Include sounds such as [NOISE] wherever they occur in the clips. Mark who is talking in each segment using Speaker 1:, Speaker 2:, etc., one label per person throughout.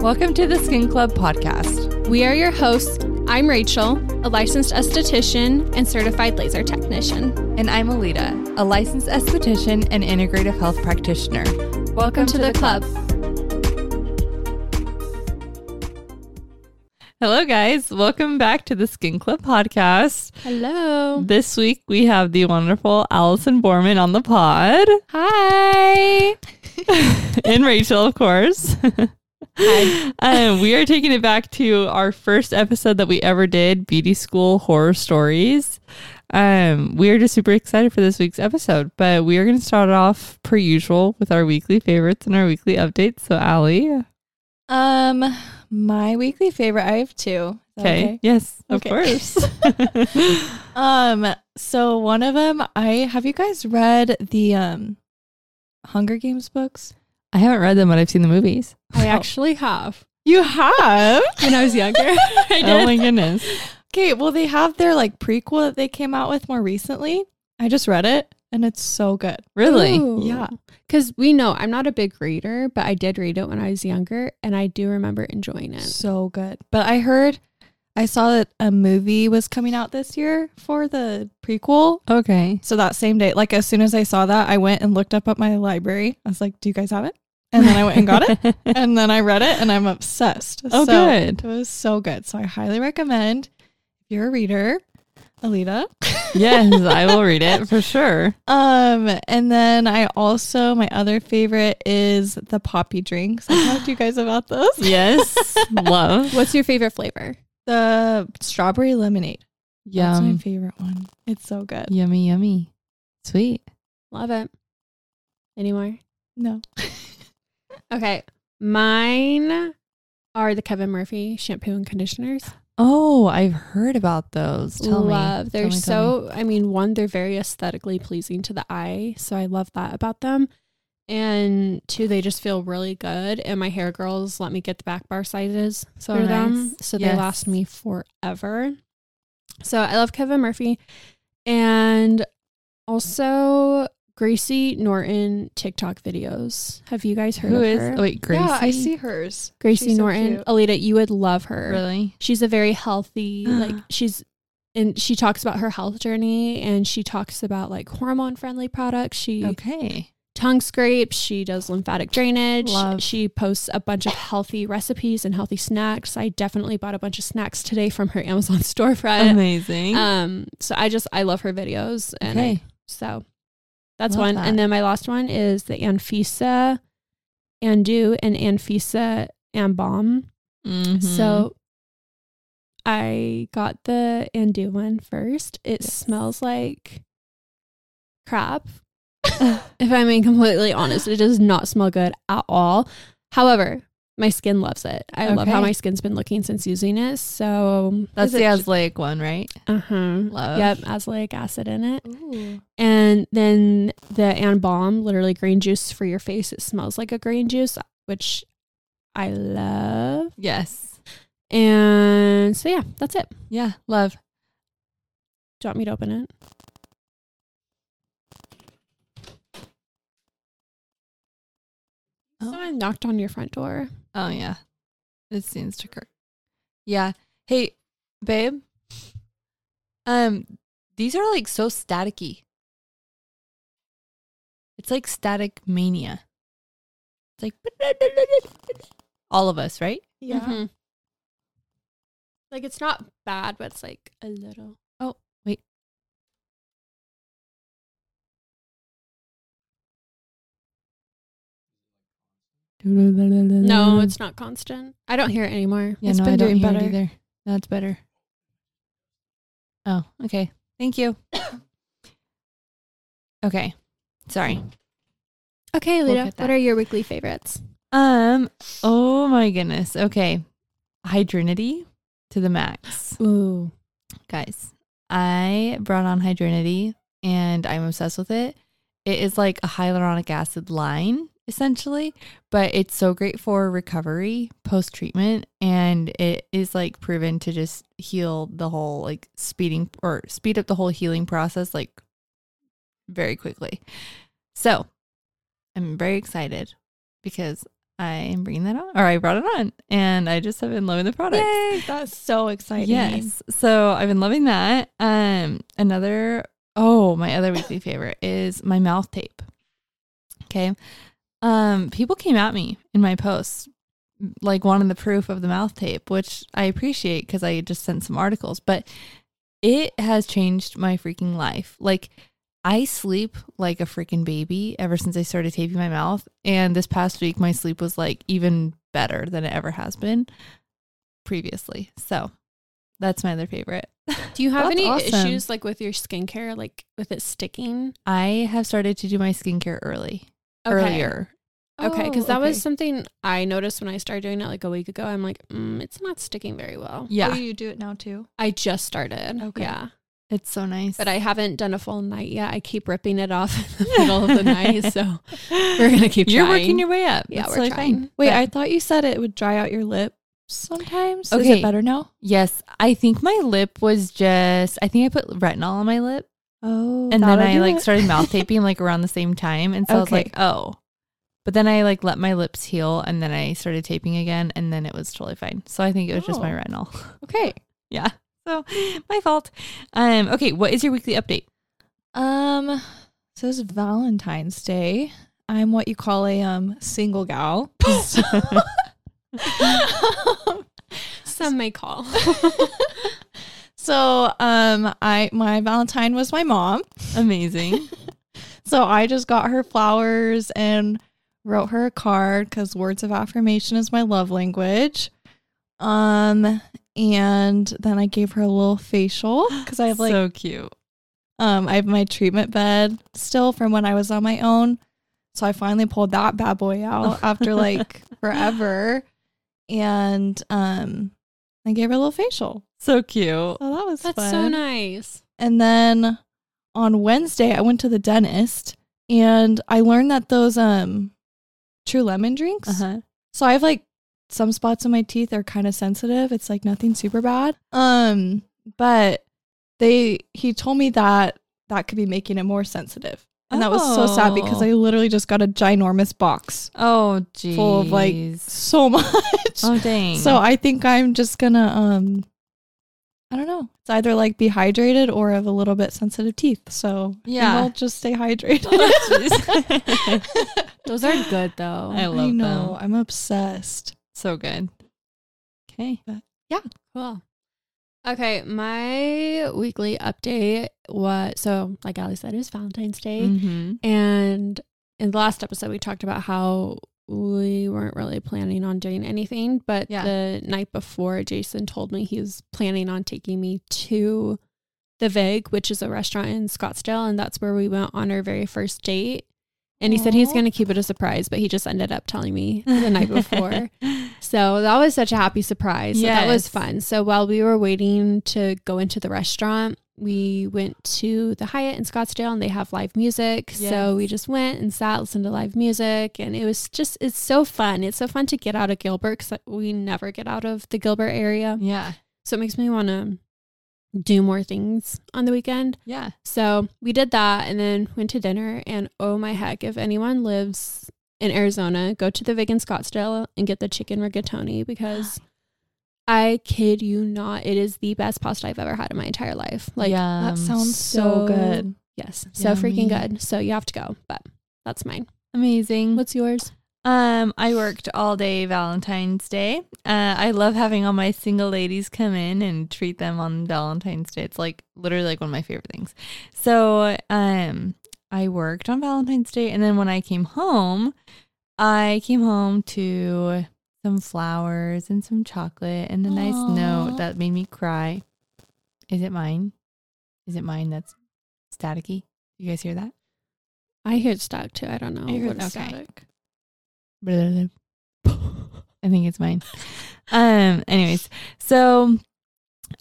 Speaker 1: Welcome to the Skin Club podcast.
Speaker 2: We are your hosts. I'm Rachel, a licensed esthetician and certified laser technician.
Speaker 1: And I'm Alita, a licensed esthetician and integrative health practitioner. Welcome,
Speaker 2: to the club.
Speaker 1: Hello, guys. Welcome back to the Skin Club podcast.
Speaker 2: Hello.
Speaker 1: This week we have the wonderful Allison Borman on the pod
Speaker 2: Hi.
Speaker 1: [LAUGHS] and Rachel, of course.
Speaker 2: Hi.
Speaker 1: um, we are taking it back to our first episode that we ever did beauty school horror stories um, we are just super excited for this week's episode but we are going to start off per usual with our weekly favorites and our weekly updates so ali okay,
Speaker 2: Um, my weekly favorite. I have two. Is that
Speaker 1: yes of
Speaker 2: Okay. [LAUGHS]
Speaker 1: course [LAUGHS]
Speaker 2: Um, so one of them, I have you guys read the um Hunger Games books?
Speaker 1: i haven't read them but i've seen the movies
Speaker 3: I actually have.
Speaker 2: You have? [LAUGHS]
Speaker 3: When I was younger, I
Speaker 1: [LAUGHS]
Speaker 3: did.
Speaker 1: oh my goodness
Speaker 2: Okay, well, they have their like prequel that they came out with more recently. I just read it and it's so good.
Speaker 1: really
Speaker 3: Yeah. Because we know I'm not a big reader, but I did read it when I was younger and I do remember enjoying it.
Speaker 2: So good. But I heard, I saw that a movie was coming out this year for the prequel.
Speaker 1: okay
Speaker 2: So that same day, like as soon as I saw that, I went and looked up at my library. I was like, do you guys have it? And then I went and got it. And then I read it and I'm obsessed.
Speaker 1: oh
Speaker 2: So
Speaker 1: good
Speaker 2: It was so good. So I highly recommend if you're a reader, Alita.
Speaker 1: [LAUGHS] yes i will read it for sure
Speaker 2: Um, and then I also my other favorite is the poppy drinks. I talked to you guys
Speaker 3: [GASPS]
Speaker 2: about those.
Speaker 1: yes love
Speaker 3: What's your favorite flavor?
Speaker 2: The strawberry lemonade. That's my
Speaker 1: yum
Speaker 2: favorite one. It's so good.
Speaker 1: yummy yummy sweet
Speaker 3: Love it. Any more?
Speaker 2: No.
Speaker 3: Okay. Mine are the Kevin Murphy shampoo and conditioners.
Speaker 1: Oh, I've heard about those. Tell
Speaker 3: love.
Speaker 1: me.
Speaker 3: They're
Speaker 1: Tell me, tell
Speaker 3: so, I mean, one, they're very aesthetically pleasing to the eye. So I love that about them. And two, they just feel really good. And my hair girls let me get the back bar sizes
Speaker 1: So
Speaker 3: for them.
Speaker 1: nice.
Speaker 3: [LAUGHS] So
Speaker 1: Yes.
Speaker 3: they last me forever. So I love Kevin Murphy and also Gracie Norton TikTok videos. Have you guys
Speaker 1: me.
Speaker 3: heard
Speaker 1: Who
Speaker 3: of
Speaker 1: is?
Speaker 3: her?
Speaker 1: Oh, wait, Gracie.
Speaker 2: Yeah, I see hers.
Speaker 3: Gracie
Speaker 2: She's so
Speaker 3: Norton.
Speaker 2: cute.
Speaker 3: Alita, you would love her
Speaker 1: Really?
Speaker 3: she's a very healthy
Speaker 1: Uh-huh.
Speaker 3: like she's and she talks about her health journey and she talks about like hormone friendly products she
Speaker 1: Okay.
Speaker 3: tongue scrapes she does lymphatic drainage
Speaker 1: Love.
Speaker 3: she posts a bunch of healthy recipes and healthy snacks i definitely bought a bunch of snacks today from her [LAUGHS] amazon storefront
Speaker 1: Amazing.
Speaker 3: um so i just i love her videos and I-
Speaker 1: okay.
Speaker 3: so that's
Speaker 1: Love
Speaker 3: one
Speaker 1: that.
Speaker 3: and then my last one is the anfisa andu and anfisa ambom
Speaker 2: Mm-hmm.
Speaker 1: Mm-hmm.
Speaker 3: so I got the Andu one first. It smells like
Speaker 1: [LAUGHS]
Speaker 3: crap. if I'm being completely honest, it does not smell good at all. However, my skin loves it. I love how
Speaker 1: Okay.
Speaker 3: my skin's been looking since using it. So
Speaker 1: that's
Speaker 3: Is
Speaker 1: the
Speaker 3: it-
Speaker 1: azelaic one, right?
Speaker 3: uh-huh.
Speaker 1: Love.
Speaker 3: Yep, azelaic acid in it.
Speaker 2: Ooh.
Speaker 3: And then the and balm, literally green juice for your face. It smells like a green juice, which I love.
Speaker 1: Yes.
Speaker 3: And so yeah, that's it.
Speaker 1: Yeah. Love.
Speaker 3: Do you want me to open it?
Speaker 1: Oh.
Speaker 3: Someone knocked on your front door.
Speaker 1: Oh yeah. It seems to Kirk. Yeah. Hey, babe. Um, these are like so staticky. It's like static mania. It's like all of us, right?
Speaker 2: Yeah.
Speaker 3: Mhm. Like it's not bad, but it's like a little. No, it's not constant. I don't hear it anymore.
Speaker 1: Yeah,
Speaker 3: it's
Speaker 1: no,
Speaker 3: been
Speaker 1: I don't
Speaker 3: doing
Speaker 1: hear it
Speaker 3: better.
Speaker 1: either. No, it's better. Oh, okay. Thank you. [COUGHS] okay. Sorry.
Speaker 3: Okay,
Speaker 1: We'll
Speaker 3: Lita,
Speaker 1: get
Speaker 3: what
Speaker 1: that.
Speaker 3: are your weekly favorites?
Speaker 1: Um, oh my goodness. Okay. Hydrinity to the max.
Speaker 3: Ooh.
Speaker 1: Guys, I brought on Hydrinity and I'm obsessed with it. It is like a hyaluronic acid line essentially, but it's so great for recovery post treatment and it is like proven to just heal the whole like speeding or speed up the whole healing process like very quickly. So, I'm very excited because I am bringing that on, or I brought it on, and I just have been loving the product.
Speaker 2: [LAUGHS] That's so exciting.
Speaker 1: Yes. So I've been loving that. Um, another oh, my other weekly favorite is my mouth tape. Okay. Um, people came at me in my posts, like wanting the proof of the mouth tape, which I appreciate because I just sent some articles, but it has changed my freaking life. Like I sleep like a freaking baby ever since I started taping my mouth. And this past week my sleep was like even better than it ever has been previously. So that's my other favorite.
Speaker 3: Do you have
Speaker 2: That's
Speaker 3: any
Speaker 2: awesome.
Speaker 3: issues like with your skincare, like with it sticking?
Speaker 1: I have started to do my skincare early.
Speaker 3: Okay.
Speaker 1: Earlier.
Speaker 3: Okay, because
Speaker 2: Oh,
Speaker 3: that was
Speaker 2: okay.
Speaker 3: something I noticed when I started doing it like a week ago. I'm like, mm, it's not sticking very well.
Speaker 1: Yeah.
Speaker 2: Will you do it now too?
Speaker 3: I just started.
Speaker 2: Okay.
Speaker 3: Yeah.
Speaker 1: It's so nice.
Speaker 3: But I haven't done a full night yet. I keep ripping it off [LAUGHS] in the middle of the night. So
Speaker 1: [LAUGHS]
Speaker 3: we're going to keep
Speaker 1: You're
Speaker 3: trying.
Speaker 1: working your way up.
Speaker 3: Yeah,
Speaker 1: It's
Speaker 3: we're
Speaker 1: totally
Speaker 3: trying.
Speaker 1: fine.
Speaker 2: Wait,
Speaker 1: But-
Speaker 2: I thought you said it would dry out your lip sometimes. Is
Speaker 1: Okay.
Speaker 2: it better now?
Speaker 1: yes, I think my lip was just I think I put retinol on my lip
Speaker 2: Oh,
Speaker 1: and then
Speaker 2: that'll
Speaker 1: I
Speaker 2: do
Speaker 1: like
Speaker 2: it.
Speaker 1: started
Speaker 2: [LAUGHS]
Speaker 1: mouth taping like around the same time and so I was
Speaker 2: Okay.
Speaker 1: like, "Oh." But then I like let my lips heal and then I started taping again and then it was totally fine. So I think it was just my
Speaker 2: Oh.
Speaker 1: retinol. [LAUGHS]
Speaker 2: Okay.
Speaker 1: yeah. So, my fault. Um okay, what is your weekly update?
Speaker 2: Um, so it's Valentine's Day. I'm what you call a um
Speaker 1: [LAUGHS]
Speaker 2: single gal. [LAUGHS] So-
Speaker 3: [LAUGHS]
Speaker 2: um,
Speaker 3: Some may call.
Speaker 2: so um, I my Valentine was my mom.
Speaker 1: Amazing.
Speaker 2: So I just got her flowers and wrote her a card because words of affirmation is my love language. Um, and then I gave her a little facial because I have like
Speaker 1: so cute.
Speaker 2: um I have my treatment bed still from when I was on my own. So I finally pulled that bad boy
Speaker 3: Oh. [LAUGHS]
Speaker 2: out after like forever. And um I gave her a little facial.
Speaker 1: So cute.
Speaker 2: So that was
Speaker 3: That's
Speaker 2: fun.
Speaker 3: so nice.
Speaker 2: And then on Wednesday, I went to the dentist and I learned that those um true lemon drinks.
Speaker 1: Uh-huh.
Speaker 2: So I have like some spots on my teeth are kind of sensitive. It's like nothing super bad. Um, but they he told me that that could be making it more sensitive. And that was so sad because I literally just got a ginormous box.
Speaker 1: Oh, geez.
Speaker 2: full of, like, So [LAUGHS] much.
Speaker 1: Oh, dang.
Speaker 2: So
Speaker 1: [LAUGHS]
Speaker 2: I think I'm just gonna um I don't know. It's either like be hydrated or have a little bit sensitive teeth. So I think
Speaker 1: Yeah.
Speaker 2: I'll just stay
Speaker 1: [LAUGHS]
Speaker 2: hydrated.
Speaker 1: Oh,
Speaker 3: Those are good though.
Speaker 1: I love
Speaker 2: [LAUGHS] I
Speaker 1: them.
Speaker 2: know. I'm obsessed.
Speaker 1: So good. Okay.
Speaker 3: Cool. Okay, my weekly update was so like Ali said, it was Valentine's Day,
Speaker 1: Mm-hmm.
Speaker 3: and in the last episode we talked about how we weren't really planning on doing anything, but
Speaker 1: Yeah.
Speaker 3: the night before, Jason told me he was planning on taking me to the Vig, which is a restaurant in Scottsdale, and that's where we went on our very first date. And he said he's
Speaker 2: Aw.
Speaker 3: going to keep it a surprise, but he just ended up telling me the
Speaker 1: [LAUGHS]
Speaker 3: night before. So that was such a happy surprise. So that was
Speaker 1: Yes.
Speaker 3: fun. So while we were waiting to go into the restaurant, we went to the Hyatt in Scottsdale and they have live music. So
Speaker 1: Yes.
Speaker 3: we just went and sat, listened to live music. And it was just, it's so fun. It's so fun to get out of Gilbert because we never get out of the Gilbert area.
Speaker 1: Yeah.
Speaker 3: So it makes me want to do more things on the weekend.
Speaker 1: Yeah.
Speaker 3: So we did that and then went to dinner. And oh my heck, if anyone lives in Arizona, go to the Vegan Scottsdale and get the chicken rigatoni [GASPS] because I kid you not, it is the best pasta I've ever had in my entire life. Like,
Speaker 1: yeah.
Speaker 2: that sounds
Speaker 3: so-
Speaker 2: so, good.
Speaker 3: yes, so freaking
Speaker 1: Yummy.
Speaker 3: good. So you have to go, but that's mine.
Speaker 1: amazing.
Speaker 3: What's yours?
Speaker 1: Um, I worked all day Valentine's Day. Uh, I love having all my single ladies come in and treat them on Valentine's Day. It's like literally like one of my favorite things. So, um, I worked on Valentine's Day, and then when I came home, I came home to some flowers and some chocolate and a nice
Speaker 2: Aw.
Speaker 1: note that made me cry. Is it mine? Is it mine? That's staticky. You guys hear that?
Speaker 3: I heard stock too. I don't know. what's
Speaker 1: okay.
Speaker 3: stock.
Speaker 1: [LAUGHS] I think it's mine. Um, anyways, so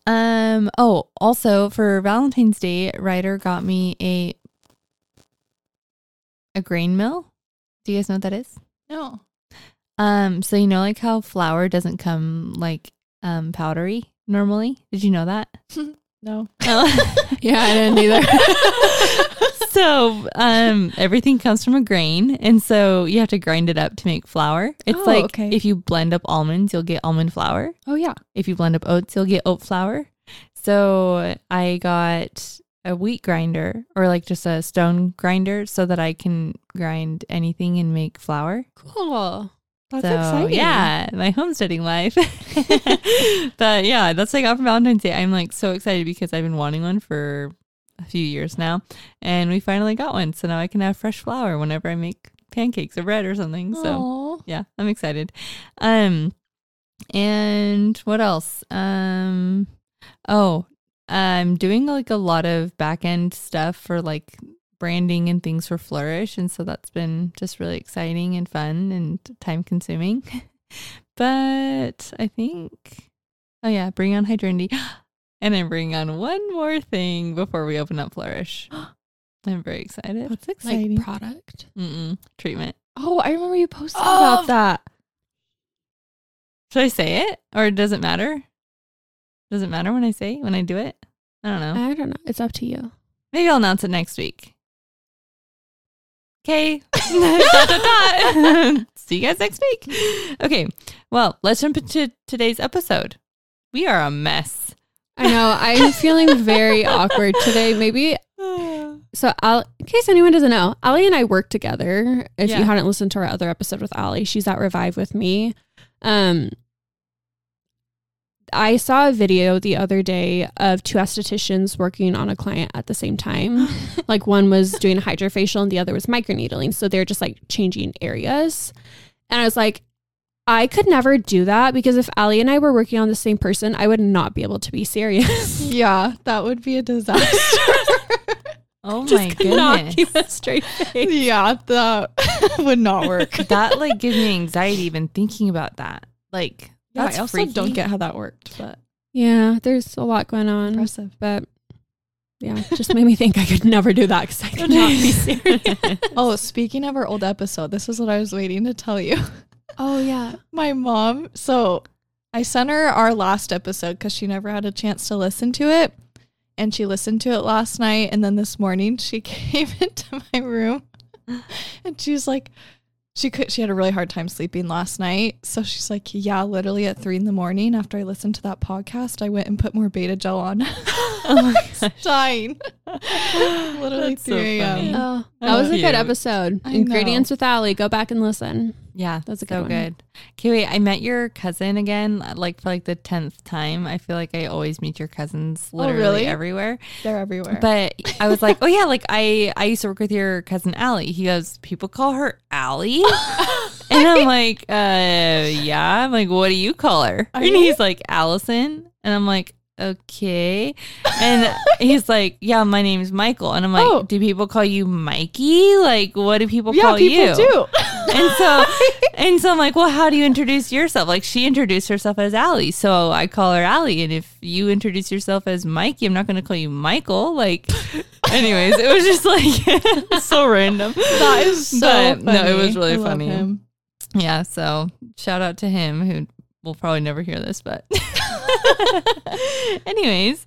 Speaker 1: um oh also for Valentine's Day, Ryder got me a a grain mill. Do you guys know what that is?
Speaker 2: No.
Speaker 1: Um, so you know like how flour doesn't come like um powdery normally? Did you know that?
Speaker 2: No.
Speaker 1: Oh. [LAUGHS]
Speaker 3: Yeah, I didn't either.
Speaker 1: so um, everything comes from a grain, and so you have to grind it up to make flour. It's
Speaker 3: Oh,
Speaker 1: like
Speaker 3: okay.
Speaker 1: if you blend up almonds, you'll get almond flour.
Speaker 3: Oh yeah.
Speaker 1: If you blend up oats, you'll get oat flour. So I got a wheat grinder or like just a stone grinder so that I can grind anything and make flour.
Speaker 3: Cool.
Speaker 2: [LAUGHS] That's
Speaker 1: [LAUGHS] so,
Speaker 2: exciting.
Speaker 1: Yeah, my homesteading life. [LAUGHS] but yeah, that's what I got for Valentine's Day. I'm like so excited because I've been wanting one for a few years now. And we finally got one. So now I can have fresh flour whenever I make pancakes or bread or something. So yeah, I'm excited. Um, and what else? Um, oh, I'm doing like a lot of back end stuff for like branding and things for Flourish, and so that's been just really exciting and fun and time consuming. [LAUGHS] but I think, oh yeah, bring on Hydrandy, [GASPS] and I'm bringing on one more thing before we open up Flourish. [GASPS] I'm very excited.
Speaker 2: That's exciting.
Speaker 3: Like product.
Speaker 1: Mm-mm, treatment.
Speaker 2: oh, I remember you posted
Speaker 3: Oh.
Speaker 2: about that.
Speaker 1: Should I say it or does it matter? Does it matter when I say when I do it? I don't know.
Speaker 3: I don't know. It's up to you.
Speaker 1: Maybe I'll announce it next week.
Speaker 3: [LAUGHS]
Speaker 1: Okay. [LAUGHS] Dot, dot, dot. See you guys next week. Okay. Well, let's jump into today's episode. We are a mess.
Speaker 3: I know. I'm feeling [LAUGHS] very awkward today. Maybe so. Al, in case anyone doesn't know, Ali and I work together. If
Speaker 1: Yeah.
Speaker 3: you hadn't listened to our other episode with Ali, she's at Revive with me. Um, I saw a video the other day of two estheticians working on a client at the
Speaker 1: [LAUGHS]
Speaker 3: same time. like one was doing a hydrofacial and the other was microneedling. So they're just like changing areas. And I was like, I could never do that because if Ali and I were working on the same person, I would not be able to be serious.
Speaker 2: [SIGHS]
Speaker 1: [LAUGHS]
Speaker 3: [LAUGHS]
Speaker 2: Yeah, that would be a disaster. [LAUGHS]
Speaker 1: Oh
Speaker 3: just
Speaker 1: my
Speaker 3: could not keep
Speaker 1: goodness.
Speaker 3: a straight face.
Speaker 2: yeah, that [LAUGHS] would not work.
Speaker 1: that like gives me anxiety even thinking about that. Like
Speaker 2: Yeah,
Speaker 1: that's
Speaker 2: I also
Speaker 1: freaky. Mm.
Speaker 2: don't get how that worked, but
Speaker 3: Yeah, there's a lot going on,
Speaker 2: impressive.
Speaker 3: but yeah, just made me think I could never do that because I could not [LAUGHS]
Speaker 1: [LAUGHS]
Speaker 3: be serious.
Speaker 2: Oh, speaking of our old episode, this is what I was waiting to tell you. [LAUGHS]
Speaker 3: oh [LAUGHS] yeah,
Speaker 2: My mom, so I sent her our last episode because she never had a chance to listen to it. And she listened to it last night. And then this morning she [LAUGHS] came into my room [LAUGHS] and she was like, she could she had a really hard time sleeping last night. So she's like, Yeah, literally at three in the morning after I listened to that podcast, I went and put more beta gel on. [LAUGHS]
Speaker 1: [LAUGHS] Oh
Speaker 3: [LAUGHS]
Speaker 1: my gosh.
Speaker 2: Dying. literally
Speaker 1: That's so
Speaker 2: 3
Speaker 1: funny.
Speaker 2: a.m.
Speaker 3: oh,
Speaker 1: Oh,
Speaker 3: that was a
Speaker 1: cute.
Speaker 3: good episode.
Speaker 2: I know.
Speaker 3: Ingredients with Ali. Go back and listen.
Speaker 1: Yeah,
Speaker 3: That's a
Speaker 1: so
Speaker 3: good one.
Speaker 1: good. Okay, wait. I met your cousin again, like for like the tenth time. I feel like I always meet your cousins
Speaker 3: Oh,
Speaker 1: literally
Speaker 2: really?
Speaker 1: everywhere.
Speaker 2: They're everywhere.
Speaker 1: But I was like, oh yeah, like I I used to work with your cousin Allie. He goes, people call her
Speaker 2: [LAUGHS]
Speaker 1: Allie, and I'm like, uh, yeah. I'm like, what do you call her?
Speaker 2: Are
Speaker 1: and
Speaker 2: you?
Speaker 1: he's like Allison, and I'm like. Okay. And he's like, Yeah, my name's Michael. And I'm like,
Speaker 2: Oh.
Speaker 1: Do people call you Mikey? Like, what do people
Speaker 2: yeah,
Speaker 1: call
Speaker 2: people
Speaker 1: you?
Speaker 2: do.
Speaker 1: And
Speaker 2: [LAUGHS]
Speaker 1: so, and so I'm like, well, how do you introduce yourself? Like she introduced herself as Allie, so I call her Allie. And if you introduce yourself as Mikey, I'm not going to call you Michael.
Speaker 2: [LAUGHS]
Speaker 1: Like, anyways, it was just like [LAUGHS] so random.
Speaker 2: That
Speaker 1: [LAUGHS]
Speaker 2: is so
Speaker 1: But,
Speaker 2: funny.
Speaker 1: no, it was really
Speaker 2: I love
Speaker 1: funny.
Speaker 2: him.
Speaker 1: Yeah. So shout out to him who will probably never hear this, but [LAUGHS] anyways,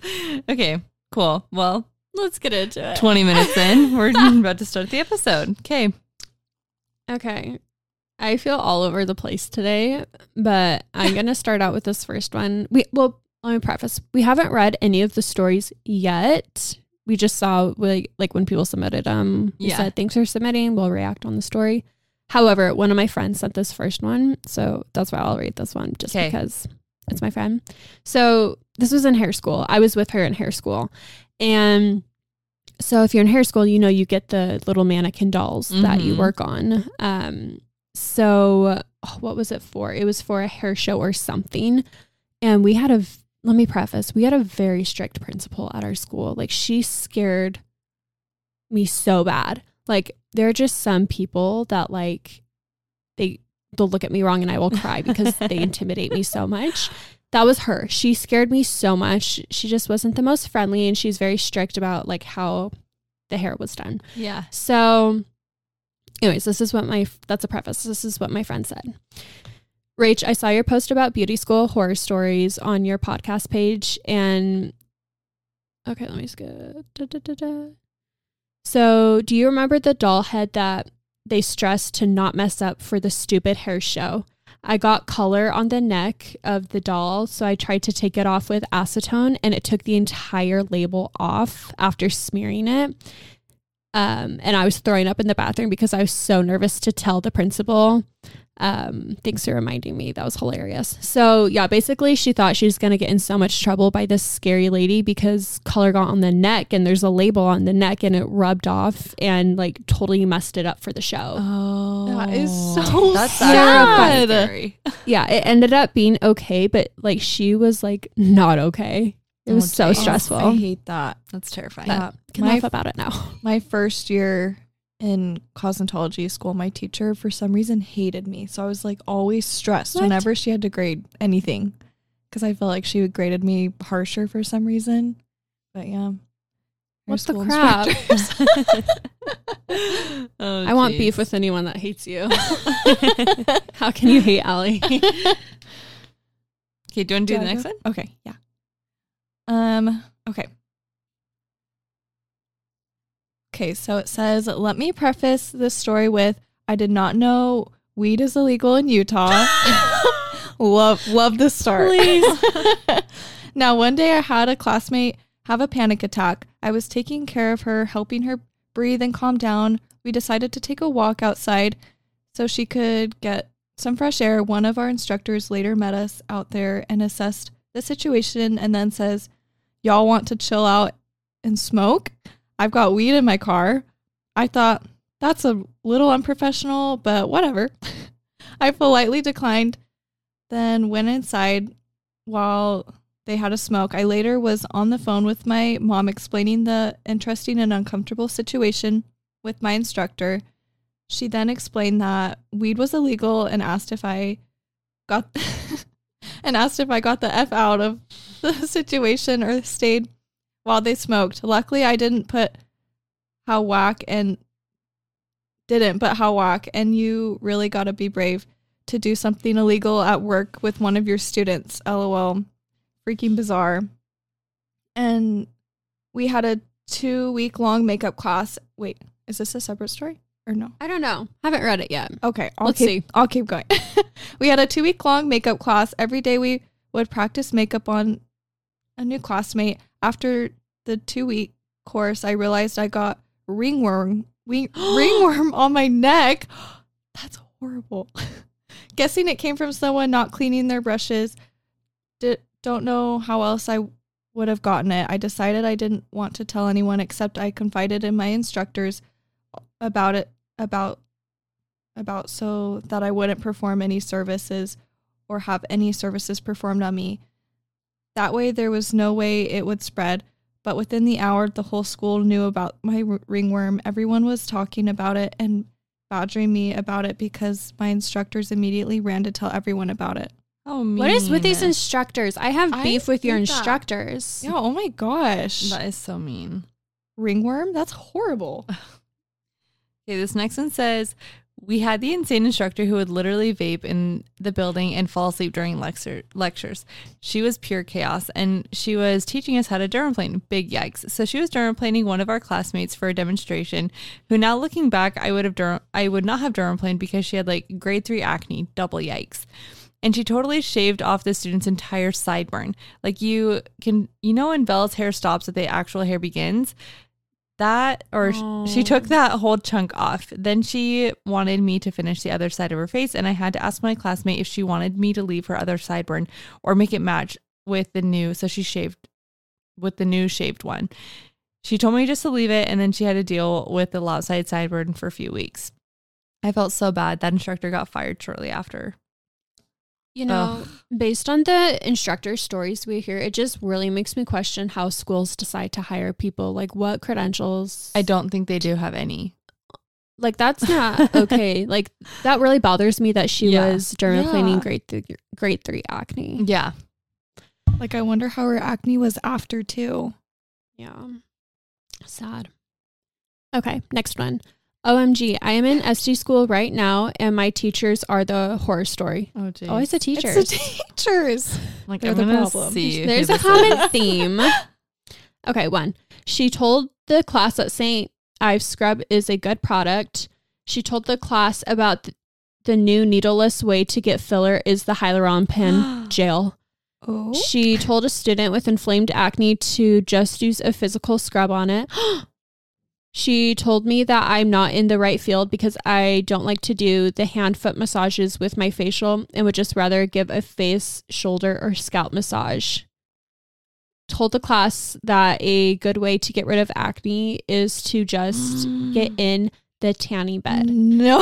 Speaker 1: okay, cool. Well,
Speaker 3: Let's get into it.
Speaker 1: 20 minutes in,
Speaker 2: [LAUGHS]
Speaker 1: we're about to start the episode. Okay.
Speaker 3: Okay. I feel all over the place today, but I'm going to start out with this first one. We well, let me preface. We haven't read any of the stories yet. We just saw like like when people submitted um we
Speaker 1: Yeah.
Speaker 3: said thanks for submitting, we'll react on the story. However, one of my friends sent this first one, so that's why I'll read this one just
Speaker 1: 'Kay.
Speaker 3: because it's my friend. So, this was in hair school. I was with her in hair school. And so if you're in hair school, you know you get the little mannequin dolls that you
Speaker 1: Mhm.
Speaker 3: work on. Um, so oh, what was it for? It was for a hair show or something. And we had a v- let me preface, we had a very strict principal at our school. Like she scared me so bad. Like there are just some people that like they they'll look at me wrong and I will cry because they intimidate me so much. That was her. She scared me so much. She just wasn't the most friendly and she's very strict about like how the hair was done.
Speaker 1: Yeah.
Speaker 3: So, anyways, this is what my that's a preface. This is what my friend said. Rach, I saw your post about beauty school horror stories on your podcast page, and okay, let me skip. Da, da, da, da. So, do you remember the doll head that they stressed to not mess up for the stupid hair show? I got color on the neck of the doll, so I tried to take it off with acetone and it took the entire label off after smearing it. Um, and I was throwing up in the bathroom because I was so nervous to tell the principal. Um, thanks for reminding me. That was hilarious. So, yeah, basically, she thought she was going to get in so much trouble by this scary lady because color got on the neck and there's a label on the neck and it rubbed off and like totally messed it up for the show.
Speaker 1: Oh,
Speaker 2: That is [LAUGHS]
Speaker 3: [LAUGHS]
Speaker 2: so
Speaker 1: that's
Speaker 2: sad.
Speaker 1: actually kinda scary.
Speaker 3: Yeah, it ended up being okay, but like she was like not okay. It was
Speaker 1: Oh,
Speaker 3: so
Speaker 1: geez.
Speaker 3: stressful.
Speaker 2: I hate that.
Speaker 1: That's terrifying.
Speaker 3: yeah, can
Speaker 2: My-
Speaker 3: laugh about
Speaker 2: [LAUGHS]
Speaker 3: it now.
Speaker 2: My first year in cosmetology school, my teacher for some reason hated me. So I was like always stressed
Speaker 3: What?
Speaker 2: whenever she had to grade anything because I felt like she graded me harsher for some reason. But yeah. Our
Speaker 3: What the
Speaker 2: school
Speaker 3: crap? [LAUGHS]
Speaker 2: instructors.
Speaker 1: Oh,
Speaker 3: I want
Speaker 1: [LAUGHS]
Speaker 3: beef with anyone that hates you. [LAUGHS] How can you hate [LAUGHS] Allie?
Speaker 1: Okay, do you want to do
Speaker 2: Do I
Speaker 1: the next
Speaker 2: go?
Speaker 1: one?
Speaker 2: Okay, yeah. Um, okay. Okay, so it says, let me preface this story with I did not know weed is illegal
Speaker 1: [LAUGHS]
Speaker 2: in Utah. love love the start.
Speaker 3: Please.
Speaker 2: [LAUGHS] now one day I had a classmate have a panic attack. I was taking care of her, helping her breathe and calm down. We decided to take a walk outside so she could get some fresh air. One of our instructors later met us out there and assessed the situation and then says, Y'all want to chill out and smoke? I've got weed in my car. I thought, that's a little unprofessional, but whatever. [LAUGHS] I politely declined, then went inside while they had a smoke. I later was on the phone with my mom explaining the interesting and uncomfortable situation with my instructor. She then explained that weed was illegal and asked if I got [LAUGHS] and asked if I got the F out of [LAUGHS] the situation or stayed while they smoked. Luckily I didn't put how whack and didn't, but how whack and you really gotta be brave to do something illegal at work with one of your students. LOL. Freaking bizarre. And we had a two week long makeup class. Wait, is this a separate story? Or no?
Speaker 3: I don't know. Haven't read it yet.
Speaker 2: Okay, I'll
Speaker 3: Let's
Speaker 2: keep,
Speaker 3: see.
Speaker 2: I'll
Speaker 3: [LAUGHS]
Speaker 2: keep going. we had a two week long makeup class. Every day we would practice makeup on a new classmate. After the two week course, I realized I got ringworm we- ringworm on my neck. [GASPS] That's horrible. [LAUGHS] Guessing it came from someone not cleaning their brushes. D- don't know how else I would have gotten it. I decided I didn't want to tell anyone except I confided in my instructors about it about about so that I wouldn't perform any services or have any services performed on me. That way, there was no way it would spread. But within the hour, the whole school knew about my r- ringworm. Everyone was talking about it and badgering me about it because my instructors immediately ran to tell everyone about it.
Speaker 1: Oh, mean.
Speaker 3: What is with these instructors? I have
Speaker 2: I
Speaker 3: beef with your
Speaker 2: hate that.
Speaker 3: instructors.
Speaker 2: Yeah, oh my gosh.
Speaker 1: That is so mean.
Speaker 2: Ringworm? That's [SIGHS] horrible.
Speaker 1: Okay, this next one says we had the insane instructor who would literally vape in the building and fall asleep during lecture- lectures. She was pure chaos and she was teaching us how to dermaplane. Big yikes. So she was dermaplaning one of our classmates for a demonstration who now looking back I would have der- I would not have dermaplaned because she had like grade 3 acne. Double yikes. And she totally shaved off the student's entire sideburn. Like you can you know when Belle's hair stops that the actual hair begins? that or sh she
Speaker 3: Oh.
Speaker 1: took that whole chunk off. Then she wanted me to finish the other side of her face and I had to ask my classmate if she wanted me to leave her other sideburn or make it match with the new so she shaved with the new shaved one. She told me just to leave it and then she had to deal with the lopsided sideburn for a few weeks. I felt so bad. That instructor got fired shortly after.
Speaker 3: You know, based on the instructor stories we hear, it just really makes me question how schools decide to hire people. Like, what credentials?
Speaker 1: I don't think they do have any.
Speaker 3: like that's not okay. [LAUGHS] like that really bothers me that she
Speaker 1: Yeah.
Speaker 3: was dermaplaning
Speaker 2: Yeah.
Speaker 3: grade three, grade three acne.
Speaker 1: Yeah.
Speaker 2: Like, I wonder how her acne was after, too.
Speaker 3: Yeah. Sad. Okay, next one. OMG, I am in SD school right now and my teachers are the horror story.
Speaker 1: Oh geez.
Speaker 3: Always the
Speaker 2: It's
Speaker 3: teachers.
Speaker 2: the teachers.
Speaker 1: like
Speaker 2: they're
Speaker 1: I'm
Speaker 2: the
Speaker 1: gonna
Speaker 2: problem.
Speaker 1: see who
Speaker 3: There's a [LAUGHS]
Speaker 1: this is.
Speaker 3: common theme. Okay, one. She told the class at St. Ive Scrub is a good product. She told the class about th- the new needleless way to get filler is the Hyaluron [GASPS] Pen Gel.
Speaker 2: Oh.
Speaker 3: She told a student with inflamed acne to just use a physical scrub on it. she told me that I'm not in the right field because I don't like to do the hand foot massages with my facial and would just rather give a face, shoulder, or scalp massage. Told the class that a good way to get rid of acne is to just
Speaker 1: Mm. [LAUGHS]
Speaker 3: get in the tanning bed.
Speaker 2: No.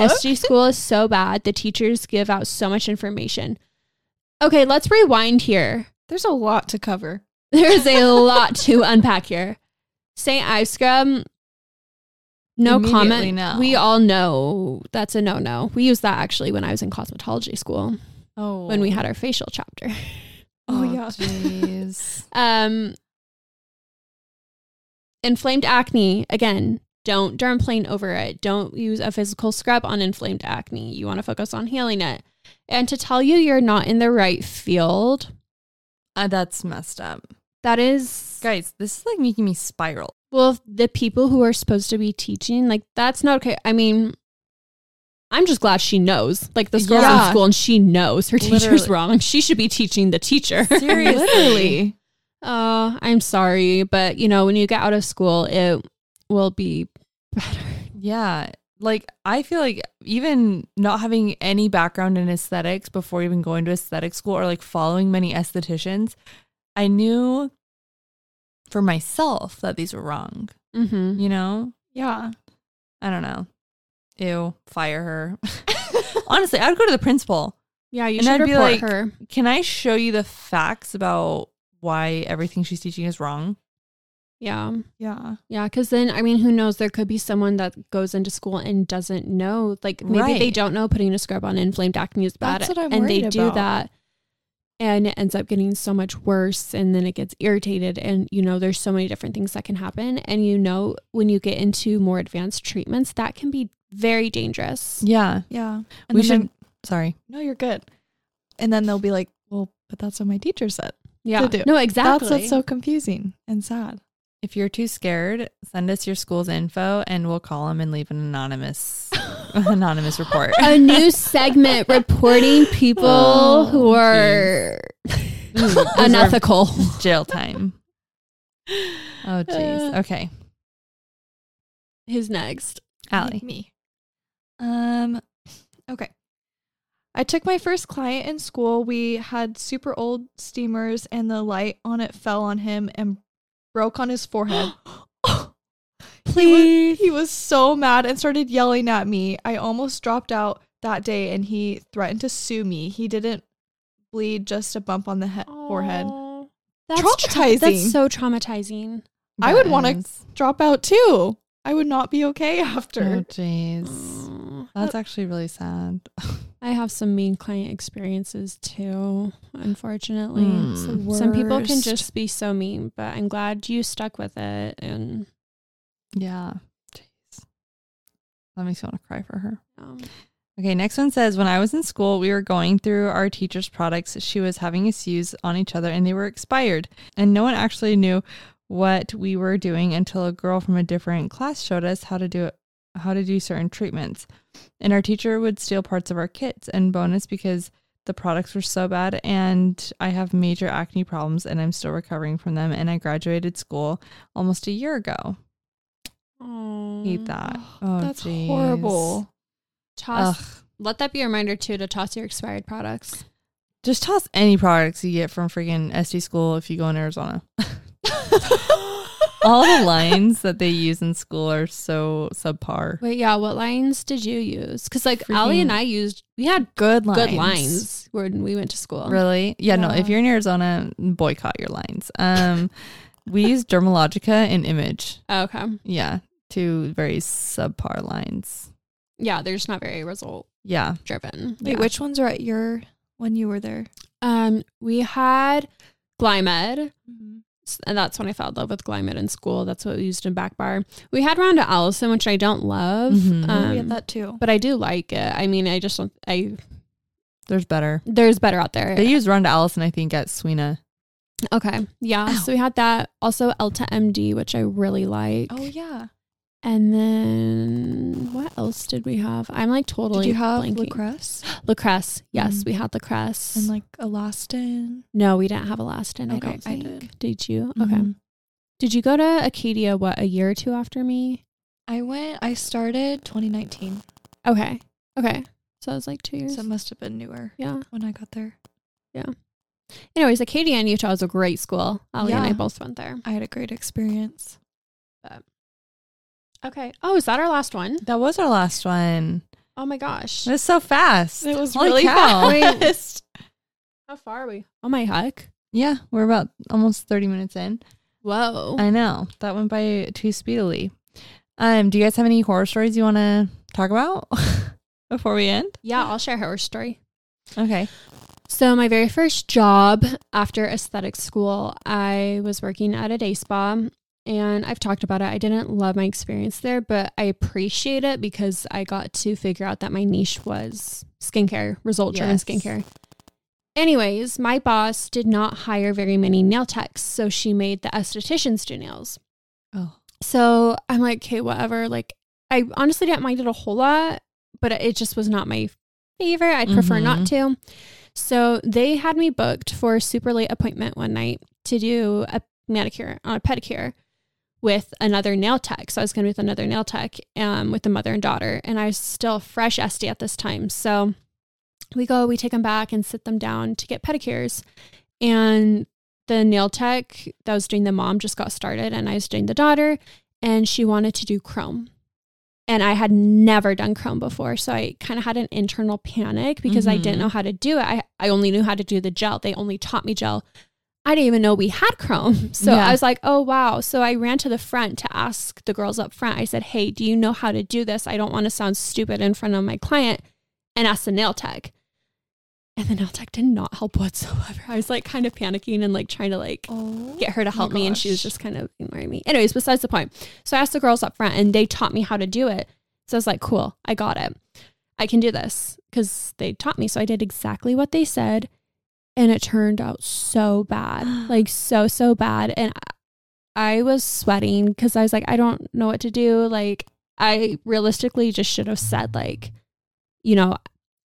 Speaker 3: SG school is so bad. The teachers give out so much information. Okay, let's rewind here.
Speaker 2: There's a lot to cover.
Speaker 3: [LAUGHS] There's a lot to unpack here. St. Ives Scrub, no
Speaker 1: Immediately
Speaker 3: comment.
Speaker 1: no.
Speaker 3: We all know that's a no no. We used that actually when I was in cosmetology school
Speaker 2: Oh.
Speaker 3: when we had our facial chapter.
Speaker 2: Oh, yeah.
Speaker 1: [LAUGHS] jeez.
Speaker 3: Um, inflamed acne, again, don't dermplane over it. Don't use a physical scrub on inflamed acne. You want to focus on healing it. And to tell you you're not in the right field,
Speaker 1: Uh, that's messed up.
Speaker 3: that is
Speaker 1: Guys, this is like making me spiral.
Speaker 3: Well, the people who are supposed to be teaching, like that's not okay. I mean, I'm just glad she knows. Like this girl's
Speaker 2: Yeah.
Speaker 3: in school and she knows her teacher's
Speaker 1: Literally.
Speaker 3: wrong. She should be teaching the teacher. [LAUGHS]
Speaker 1: Seriously.
Speaker 2: Literally.
Speaker 3: Oh, I'm sorry, but you know, when you get out of school, it will be better.
Speaker 1: Yeah. Like I feel like even not having any background in aesthetics before even going to aesthetic school or like following many estheticians, I knew for myself that these were wrong.
Speaker 3: Mm-hmm.
Speaker 1: You know?
Speaker 2: Yeah.
Speaker 1: I don't know. Ew, fire her. [LAUGHS] Honestly, I would go to the principal.
Speaker 3: Yeah, you
Speaker 1: And
Speaker 3: should
Speaker 1: I'd be
Speaker 3: report
Speaker 1: like-
Speaker 3: her.
Speaker 1: Can I show you the facts about why everything she's teaching is wrong?
Speaker 3: Yeah,
Speaker 2: [LAUGHS] Yeah.
Speaker 3: yeah, because then I mean, who knows? There could be someone that goes into school and doesn't know. Like maybe they
Speaker 1: Right.
Speaker 3: don't know putting a scrub on inflamed acne is bad,
Speaker 2: That's what I'm
Speaker 3: and they
Speaker 2: worried
Speaker 3: do
Speaker 2: about.
Speaker 3: that, and it ends up getting so much worse, and then it gets irritated, and you know, there's so many different things that can happen, and you know, when you get into more advanced treatments, that can be very dangerous.
Speaker 1: Yeah.
Speaker 2: Yeah. And
Speaker 1: we
Speaker 2: then
Speaker 1: should sorry.
Speaker 2: no, you're good. And then they'll be like, well, but that's what my teacher said.
Speaker 3: Yeah,
Speaker 2: do.
Speaker 3: no, exactly.
Speaker 2: That's what's so confusing and sad.
Speaker 1: If you're too scared, send us your school's info and we'll call them and leave an [LAUGHS] anonymous anonymous [LAUGHS] report.
Speaker 3: a
Speaker 2: [LAUGHS]
Speaker 3: new segment reporting people
Speaker 1: Oh,
Speaker 3: who are [LAUGHS]
Speaker 2: Mm,
Speaker 1: Those are
Speaker 3: unethical.
Speaker 1: jail time. Oh jeez.
Speaker 3: Uh.
Speaker 1: Okay.
Speaker 3: Who's next?
Speaker 1: Allie.
Speaker 2: Me. Um okay. I took my first client in school. We had super old steamers and the light on it fell on him and broke on his forehead.
Speaker 3: Please.
Speaker 2: he was so mad and started yelling at me. I almost dropped out that day and he threatened to sue me. He didn't bleed, just a bump on the he- forehead.
Speaker 3: Aw.
Speaker 2: Traumatizing.
Speaker 3: that's so traumatizing.
Speaker 2: I would wanna-
Speaker 1: Yes.
Speaker 2: Drop out too. I would not be okay [LAUGHS]
Speaker 1: Oh
Speaker 2: after.
Speaker 1: jeez. That's actually really sad.
Speaker 3: I have some mean client experiences too, unfortunately.
Speaker 1: Mm.
Speaker 2: It's the
Speaker 3: Some people can
Speaker 2: worst.
Speaker 3: just be so mean, but I'm glad you stuck with it. And
Speaker 1: Yeah. Jeez. That makes me want to cry for her.
Speaker 3: um,
Speaker 1: Okay, next one says When I was in school, we were going through our teacher's products. She was having us use on each other and they were expired. And no one actually knew what we were doing until a girl from a different class showed us how to do it. How to do certain treatments. And our teacher would steal parts of our kits and bonus because the products were so bad. And I have major acne problems and I'm still recovering from them. And I graduated school almost a year ago. Hate that. Oh,
Speaker 2: Mm. That's
Speaker 1: jeez.
Speaker 2: horrible.
Speaker 3: Toss.
Speaker 1: Ugh.
Speaker 3: Let that be a reminder too to toss your expired products.
Speaker 1: Just toss any products you get from freaking SD school if you go in Arizona. All the lines that they use in school are so subpar.
Speaker 3: Wait, yeah. What lines did you use? Because like Ali and
Speaker 1: Freaking-
Speaker 3: I used, we had
Speaker 1: Good lines.
Speaker 3: good lines when we went to school.
Speaker 1: Really? Yeah, no. If
Speaker 2: Yeah.
Speaker 1: you're in Arizona, boycott your lines. Um, we use Dermalogica and Image.
Speaker 3: Okay.
Speaker 1: Yeah, two very subpar lines.
Speaker 3: Yeah, they're just not very result
Speaker 1: Yeah.
Speaker 3: driven.
Speaker 2: Wait,
Speaker 1: yeah.
Speaker 2: which ones were at your when you were there?
Speaker 3: Um, we had Glymed,
Speaker 2: Mm-hmm.
Speaker 3: s- and that's when I fell in love with Glymed in school. That's what we used in back bar. We had Round to Allison, which I don't love,
Speaker 1: Mhm.
Speaker 2: Oh, we
Speaker 3: um,
Speaker 2: had that too.
Speaker 3: but I do like it. I mean, I just don't. I
Speaker 1: There's better.
Speaker 3: there's better out there.
Speaker 1: They use Run to Allison, I think, at Sweeney.
Speaker 3: okay, yeah. So we had that. Also, Elta MD, which I really like.
Speaker 2: Oh yeah.
Speaker 3: And then what else did we have? I'm like totally
Speaker 2: Did you have
Speaker 3: blanking. [GASPS]
Speaker 2: Lacrosse
Speaker 3: Lacrosse. Yes,
Speaker 2: Mm.
Speaker 3: we had lacrosse.
Speaker 2: and like Elastin?
Speaker 3: no, we didn't have elastin. I
Speaker 2: Okay,
Speaker 3: don't
Speaker 2: I
Speaker 3: think. did. you? Okay.
Speaker 2: Mhm.
Speaker 3: Did you go to Acadia? What a year or two after me?
Speaker 2: I went. I started 2019,
Speaker 3: Okay. Okay. So I was like two years.
Speaker 2: so it must have been newer
Speaker 3: yeah.
Speaker 2: when I got there.
Speaker 3: Anyways, Acadia in Utah is a great school. Ali and I
Speaker 2: Yeah.
Speaker 3: both went there.
Speaker 2: I had a great experience.
Speaker 3: Okay. Oh, is that our last one?
Speaker 1: That was our last one.
Speaker 3: Oh my gosh.
Speaker 1: It was so fast.
Speaker 2: It was
Speaker 1: Holy
Speaker 2: really
Speaker 1: cow.
Speaker 2: fast.
Speaker 3: [LAUGHS] How far are we? Oh my heck.
Speaker 1: Yeah, we're about almost 30 minutes in.
Speaker 3: Whoa.
Speaker 1: I know. That went by too speedily. Um, do you guys have any horror stories you want to talk about [LAUGHS] before we end?
Speaker 3: yeah, I'll share her story.
Speaker 1: Okay.
Speaker 3: So, my very first job after aesthetic school, I was working at a day spa. And I've talked about it. I didn't love my experience there, but I appreciate it because I got to figure out that my niche was skincare, result driven
Speaker 1: Yes.
Speaker 3: skincare. Anyways, my boss did not hire very many nail techs. So, she made the estheticians do nails.
Speaker 1: Oh.
Speaker 3: So I'm like, okay, whatever. Like, I honestly didn't mind it a whole lot, but it just was not my favorite. I'd prefer not to. So they had me booked for a super late appointment one night to do a manicure on a pedicure with another nail tech. So I was going to be with another nail tech um, with the mother and daughter. And I was still fresh SD at this time. So we go, we take them back and sit them down to get pedicures. And the nail tech that was doing the mom just got started, and I was doing the daughter, and she wanted to do chrome. And I had never done chrome before. So I kind of had an internal panic because I didn't
Speaker 1: Mhm.
Speaker 3: know how to do it. I, I only knew how to do the gel. They only taught me gel. I didn't even know we had chrome. [LAUGHS] So
Speaker 1: Yeah.
Speaker 3: I was like, oh, wow. So I ran to the front to ask the girls up front. I said, hey, do you know how to do this? I don't want to sound stupid in front of my client and asked the nail tech. And the nail tech did not help whatsoever. I was like kind of panicking and like trying to like
Speaker 2: Oh,
Speaker 3: get her to
Speaker 2: my
Speaker 3: help me and she was
Speaker 2: gosh.
Speaker 3: just kind of ignoring me. Anyways, besides the point. So I asked the girls up front and they taught me how to do it. So I was like, cool, I got it. I can do this because they taught me. So I did exactly what they said and it turned out so
Speaker 2: [GASPS]
Speaker 3: bad. Like so, so bad. And I I was sweating because I was like, I don't know what to do. Like I realistically just should have said like, you know,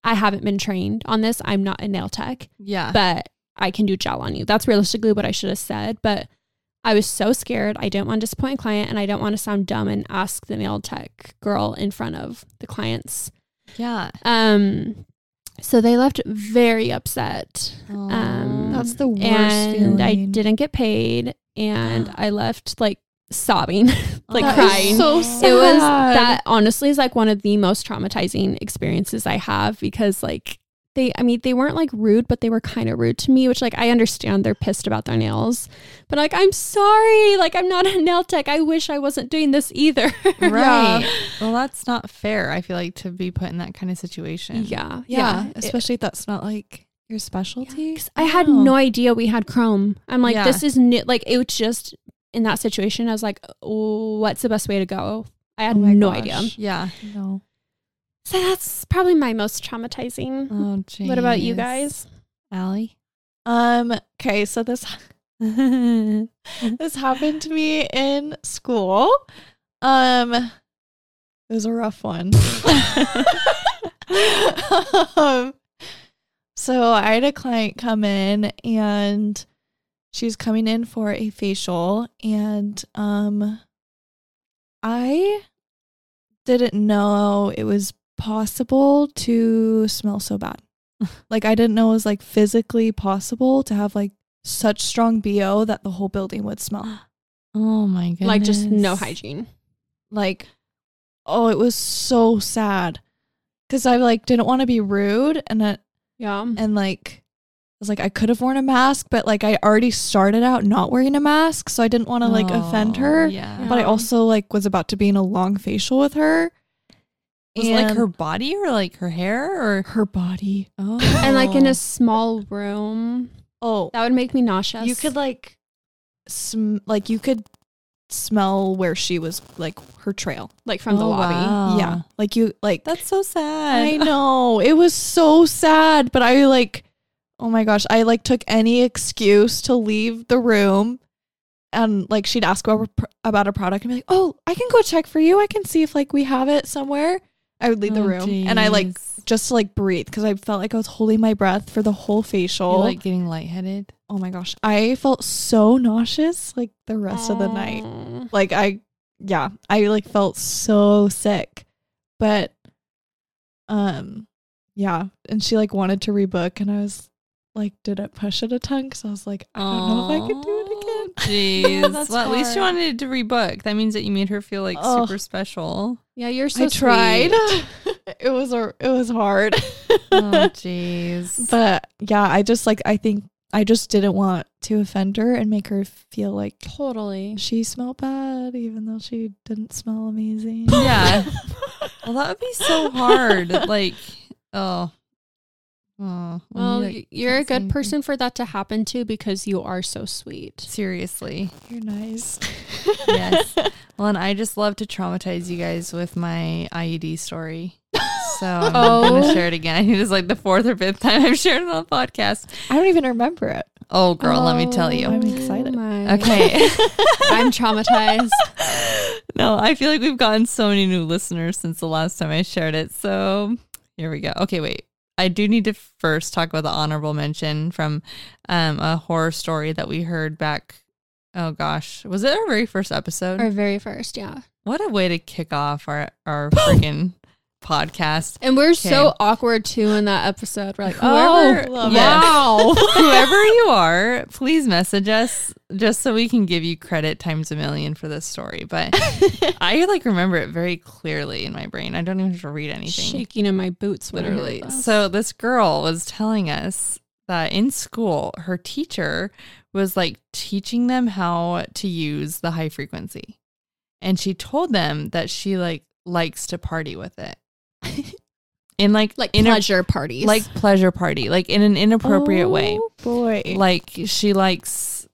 Speaker 3: I haven't been trained on this. I'm not a nail tech
Speaker 1: Yeah.
Speaker 3: but I can do gel on you. That's realistically what I should have said. But I was so scared. I didn't want to disappoint a client and I don't want to sound dumb and ask the nail tech girl in front of the clients.
Speaker 1: yeah.
Speaker 3: Um, so they left very upset.
Speaker 1: Aw.
Speaker 2: that's the worst
Speaker 3: Um, and
Speaker 2: feeling.
Speaker 3: I didn't get paid
Speaker 2: [GASPS]
Speaker 3: and I left like sobbing. like
Speaker 1: That is
Speaker 3: crying. [LAUGHS]
Speaker 2: so
Speaker 3: It was
Speaker 2: Sad.
Speaker 3: that honestly is like one of the most traumatizing experiences I have because like they I mean they weren't like rude but they were kind of rude to me which like I understand they're pissed about their nails but like I'm sorry like I'm not a nail tech I wish I wasn't doing this either
Speaker 1: Right. Well, that's not fair. I feel like to be put in that kind of situation.
Speaker 3: [LAUGHS] yeah
Speaker 2: Yeah,
Speaker 3: yeah It-
Speaker 2: especially if that's not like your specialty.
Speaker 3: 'cause I had
Speaker 1: Wow.
Speaker 3: no idea we had Chrome I'm like
Speaker 1: Yeah.
Speaker 3: this is new like it was just in that situation I was like oh, what's the best way to go I had
Speaker 2: Oh my
Speaker 3: no
Speaker 2: gosh.
Speaker 3: idea
Speaker 1: Yeah.
Speaker 2: No.
Speaker 3: so that's probably my most traumatizing
Speaker 1: Oh, geez.
Speaker 3: What about you guys?
Speaker 1: Allie? [LAUGHS]
Speaker 2: Um. Okay. So this
Speaker 1: oh,
Speaker 2: this happened to me in school. Um, it was a rough one. um, so I had a client come in and she was coming in for a facial and um I didn't know it was possible to smell so bad. like I didn't know it was like physically possible to have like such strong BO that the whole building would [GASPS] smell.
Speaker 1: my goodness.
Speaker 3: Like just no hygiene.
Speaker 2: Like, oh, it was so sad. Cause I like didn't want to be rude and I,
Speaker 3: Yeah.
Speaker 2: and like I was like I could have worn a mask, but like I already started out not wearing a mask, so I didn't want to like offend
Speaker 1: Oh,
Speaker 2: her.
Speaker 1: Yeah.
Speaker 2: But I
Speaker 3: Yeah.
Speaker 2: also like was about to be in a long facial with her.
Speaker 1: Was it like
Speaker 2: And-
Speaker 1: her body or like her hair or
Speaker 2: her body.
Speaker 1: oh.
Speaker 3: and like in a small room.
Speaker 2: Oh,
Speaker 3: That would make me nauseous.
Speaker 2: you could like sm- like you could smell where she was like her trail.
Speaker 3: like from the
Speaker 1: Oh,
Speaker 3: lobby.
Speaker 1: wow.
Speaker 2: Yeah. Like you like
Speaker 1: That's so sad.
Speaker 2: I know. It was so sad, but I like oh my gosh, I like took any excuse to leave the room and like she'd ask about about a product and be like, "Oh, I can go check for you. I can see if like we have it somewhere." I would leave the
Speaker 1: Oh,
Speaker 2: room and I like
Speaker 1: jeez.
Speaker 2: just to like breathe because I felt like I was holding my breath for the whole
Speaker 1: You
Speaker 2: facial.
Speaker 1: like getting lightheaded?
Speaker 2: oh my gosh, I felt so nauseous like the rest of the night.
Speaker 3: Aw.
Speaker 2: Like I, yeah, I like felt so sick, but um, yeah. And she like wanted to rebook, and I was like, did it push it a ton? Because I was like, I don't know if I could do it again.
Speaker 1: Jeez.
Speaker 3: That's
Speaker 1: well, at least you
Speaker 3: hard.
Speaker 1: wanted to rebook. That means that you made her feel like
Speaker 2: Oh.
Speaker 1: super special.
Speaker 3: Yeah, you're so
Speaker 2: I tried.
Speaker 3: sweet.
Speaker 2: [LAUGHS] it was a, it was hard. [LAUGHS]
Speaker 1: Oh, jeez.
Speaker 2: but yeah, I just like I think I just didn't want to offend her and make her feel like
Speaker 3: Totally.
Speaker 2: she smelled bad, even though she didn't smell [LAUGHS] amazing.
Speaker 1: Yeah. well, that would be so hard. Like, oh, oh. when
Speaker 3: Well,
Speaker 1: you,
Speaker 3: y-
Speaker 1: like,
Speaker 3: you're a
Speaker 1: can't say
Speaker 3: good
Speaker 1: anything.
Speaker 3: person for that to happen to because you are so sweet.
Speaker 1: Seriously.
Speaker 2: You're nice.
Speaker 1: Yes. Well, and I just love to traumatize you guys with my IED story. So I'm
Speaker 3: Oh.
Speaker 1: gonna share it again. I think it's like the fourth or fifth time I've shared it on the podcast.
Speaker 2: I don't even remember it.
Speaker 1: Oh, girl, let me tell
Speaker 2: Oh
Speaker 1: you.
Speaker 2: I'm excited.
Speaker 3: my-
Speaker 1: Okay.
Speaker 3: [LAUGHS] I'm
Speaker 1: [LAUGHS]
Speaker 3: traumatized.
Speaker 1: no, I feel like we've gotten so many new listeners since the last time I shared it. So here we go. Okay, wait. I do need to first talk about the honorable mention from um, a horror story that we heard back. Oh gosh, was it our very first episode?
Speaker 3: Our very first, yeah.
Speaker 1: What a way to kick off our our freaking podcast.
Speaker 3: And we're so
Speaker 1: Okay.
Speaker 3: awkward too in that episode. We're like,
Speaker 1: Whoever-
Speaker 3: oh,
Speaker 2: Love it.
Speaker 3: wow.
Speaker 1: [LAUGHS] Whoever
Speaker 3: [LAUGHS]
Speaker 1: you are, please message us just so we can give you credit times a million for this story.
Speaker 3: [LAUGHS]
Speaker 1: But I like remember it very clearly in my brain. I don't even have to read anything.
Speaker 3: Shaking in my boots, when I heard
Speaker 1: literally.
Speaker 3: this.
Speaker 1: So this girl was telling us that in school, her teacher was like teaching them how to use the high frequency. And she told them that she like likes to party with
Speaker 3: [LAUGHS]
Speaker 1: it. In like
Speaker 3: like
Speaker 1: in a,
Speaker 3: pleasure parties,
Speaker 1: like pleasure party, like in an inappropriate way.
Speaker 2: Oh, Boy.
Speaker 1: Like she likes